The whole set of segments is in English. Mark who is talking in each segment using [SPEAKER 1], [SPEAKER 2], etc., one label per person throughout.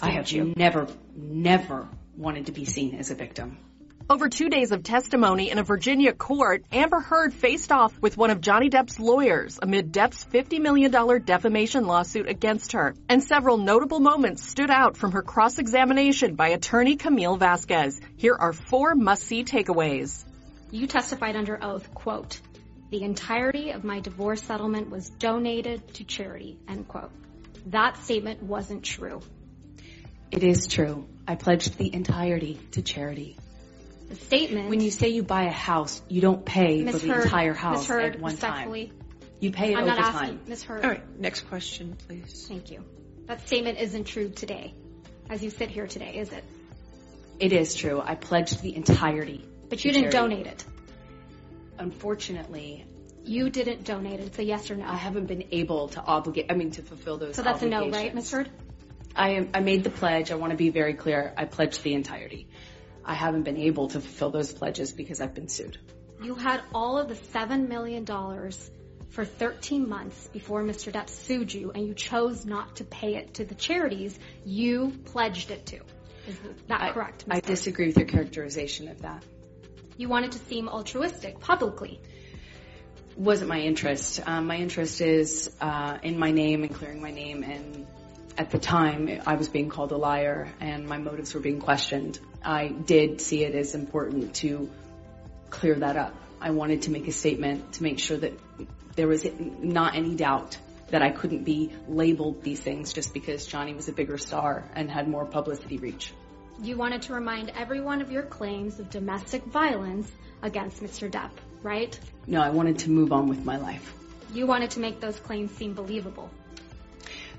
[SPEAKER 1] I have never, never wanted to be seen as a victim.
[SPEAKER 2] Over two days of testimony in a Virginia court, Amber Heard faced off with one of Johnny Depp's lawyers amid Depp's $50 million defamation lawsuit against her. And several notable moments stood out from her cross examination by attorney Camille Vasquez. Here are four must see takeaways.
[SPEAKER 3] You testified under oath, quote, the entirety of my divorce settlement was donated to charity, end quote. That statement wasn't true.
[SPEAKER 1] It is true. I pledged the entirety to charity.
[SPEAKER 3] The statement.
[SPEAKER 1] When you say you buy a house, you don't pay
[SPEAKER 3] Ms.
[SPEAKER 1] for the
[SPEAKER 3] Heard-
[SPEAKER 1] entire
[SPEAKER 3] Ms.
[SPEAKER 1] house
[SPEAKER 3] Heard,
[SPEAKER 1] at one time.
[SPEAKER 3] respectfully,
[SPEAKER 1] You pay it
[SPEAKER 3] I'm
[SPEAKER 1] over
[SPEAKER 3] not
[SPEAKER 1] time.
[SPEAKER 3] asking, Ms. Heard.
[SPEAKER 4] All right, next question, please.
[SPEAKER 3] Thank you. That statement isn't true today, as you sit here today, is it?
[SPEAKER 1] It is true. I pledged the entirety.
[SPEAKER 3] But you
[SPEAKER 1] to
[SPEAKER 3] didn't
[SPEAKER 1] charity.
[SPEAKER 3] donate it.
[SPEAKER 1] Unfortunately,
[SPEAKER 3] You didn't donate it. It's a yes or no.
[SPEAKER 1] I haven't been able to obligate. I mean, to fulfill those.
[SPEAKER 3] so that's a no,
[SPEAKER 1] obligations.
[SPEAKER 3] right, Ms. Heard?
[SPEAKER 1] I am. I made the pledge. I want to be very clear. I pledged the entirety. I haven't been able to fulfill those pledges because I've been sued.
[SPEAKER 3] You had all of the $7 million for 13 months before Mr. Depp sued you, and you chose not to pay it to the charities you pledged it to. Is that
[SPEAKER 1] I-
[SPEAKER 3] correct? Ms.
[SPEAKER 1] I
[SPEAKER 3] Heard?
[SPEAKER 1] disagree with your characterization of that.
[SPEAKER 3] You wanted to seem altruistic publicly.
[SPEAKER 1] wasn't my interest. Um, my interest is uh, in my name and clearing my name. And at the time, I was being called a liar, and my motives were being questioned. I did see it as important to clear that up. I wanted to make a statement to make sure that there was not any doubt that I couldn't be labeled these things just because Johnny was a bigger star and had more publicity reach.
[SPEAKER 3] You wanted to remind everyone of your claims of domestic violence against Mr. Depp, right?
[SPEAKER 1] No, I wanted to move on with my life.
[SPEAKER 3] You wanted to make those claims seem believable.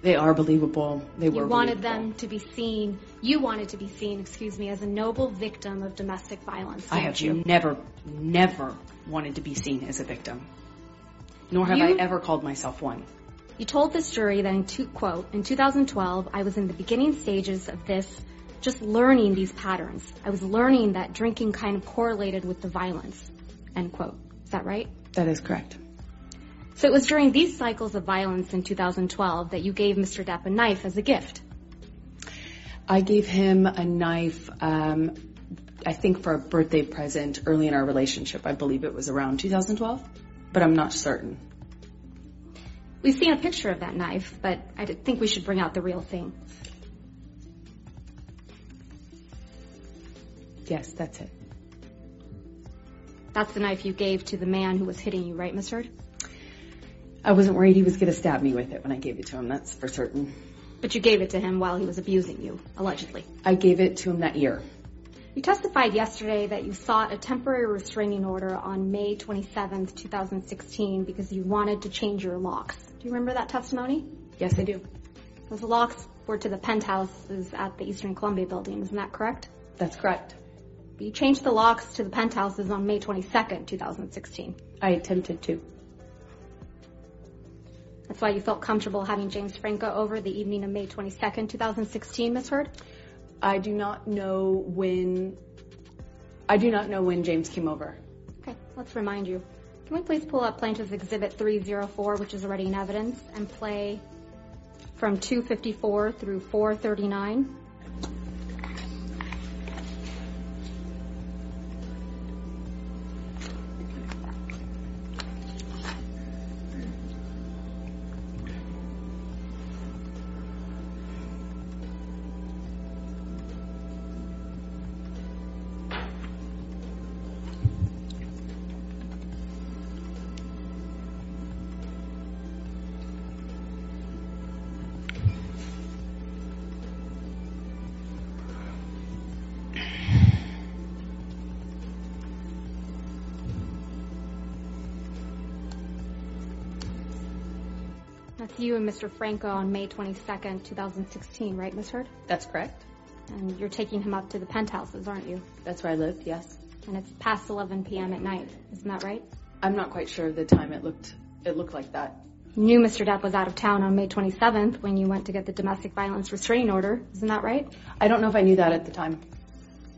[SPEAKER 1] They are believable. They were
[SPEAKER 3] You wanted
[SPEAKER 1] believable.
[SPEAKER 3] them to be seen, you wanted to be seen, excuse me, as a noble victim of domestic violence.
[SPEAKER 1] I have
[SPEAKER 3] didn't you.
[SPEAKER 1] never, never wanted to be seen as a victim. Nor have I
[SPEAKER 3] You-
[SPEAKER 1] ever called myself one.
[SPEAKER 3] You told this jury that in two, quote, in 2012, I was in the beginning stages of this, just learning these patterns. I was learning that drinking kind of correlated with the violence, end quote. Is that right?
[SPEAKER 1] That is correct.
[SPEAKER 3] So it was during these cycles of violence in 2012 that you gave Mr. Depp a knife as a gift.
[SPEAKER 1] I gave him a knife, um, I think for a birthday present early in our relationship. I believe it was around 2012, but I'm not certain.
[SPEAKER 3] We've seen a picture of that knife, but I d- think we should bring out the real thing.
[SPEAKER 1] Yes, that's it.
[SPEAKER 3] That's the knife you gave to the man who was hitting you, right, Miss Heard?
[SPEAKER 1] I wasn't worried he was going to stab me with it when I gave it to him, that's for certain.
[SPEAKER 3] But you gave it to him while he was abusing you, allegedly.
[SPEAKER 1] I gave it to him that year.
[SPEAKER 3] You testified yesterday that you sought a temporary restraining order on May 27th, 2016 because you wanted to change your locks. Do you remember that testimony?
[SPEAKER 1] Yes, I do.
[SPEAKER 3] Those locks were to the penthouses at the Eastern Columbia building, isn't that correct?
[SPEAKER 1] That's correct.
[SPEAKER 3] You changed the locks to the penthouses on May 22nd, 2016.
[SPEAKER 1] I attempted to.
[SPEAKER 3] That's why you felt comfortable having James Franco over the evening of May 22nd, 2016, Miss Heard?
[SPEAKER 1] I do not know when. I do not know when James came over.
[SPEAKER 3] Okay, let's remind you. Can we please pull up Plaintiff's Exhibit 304, which is already in evidence, and play from 254 through 439? That's you and Mr. Franco on May 22nd, 2016, right, Ms. Heard?
[SPEAKER 1] That's correct.
[SPEAKER 3] And you're taking him up to the penthouses, aren't you?
[SPEAKER 1] That's where I lived, yes.
[SPEAKER 3] And it's past 11 p.m. at night, isn't that right?
[SPEAKER 1] I'm not quite sure of the time it looked it looked like that.
[SPEAKER 3] You knew Mr. Depp was out of town on May 27th when you went to get the domestic violence restraining order, isn't that right?
[SPEAKER 1] I don't know if I knew that at the time.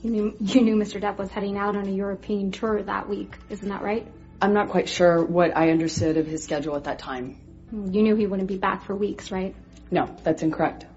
[SPEAKER 3] You knew, you knew Mr. Depp was heading out on a European tour that week, isn't that right?
[SPEAKER 1] I'm not quite sure what I understood of his schedule at that time.
[SPEAKER 3] You knew he wouldn't be back for weeks, right?
[SPEAKER 1] No, that's incorrect.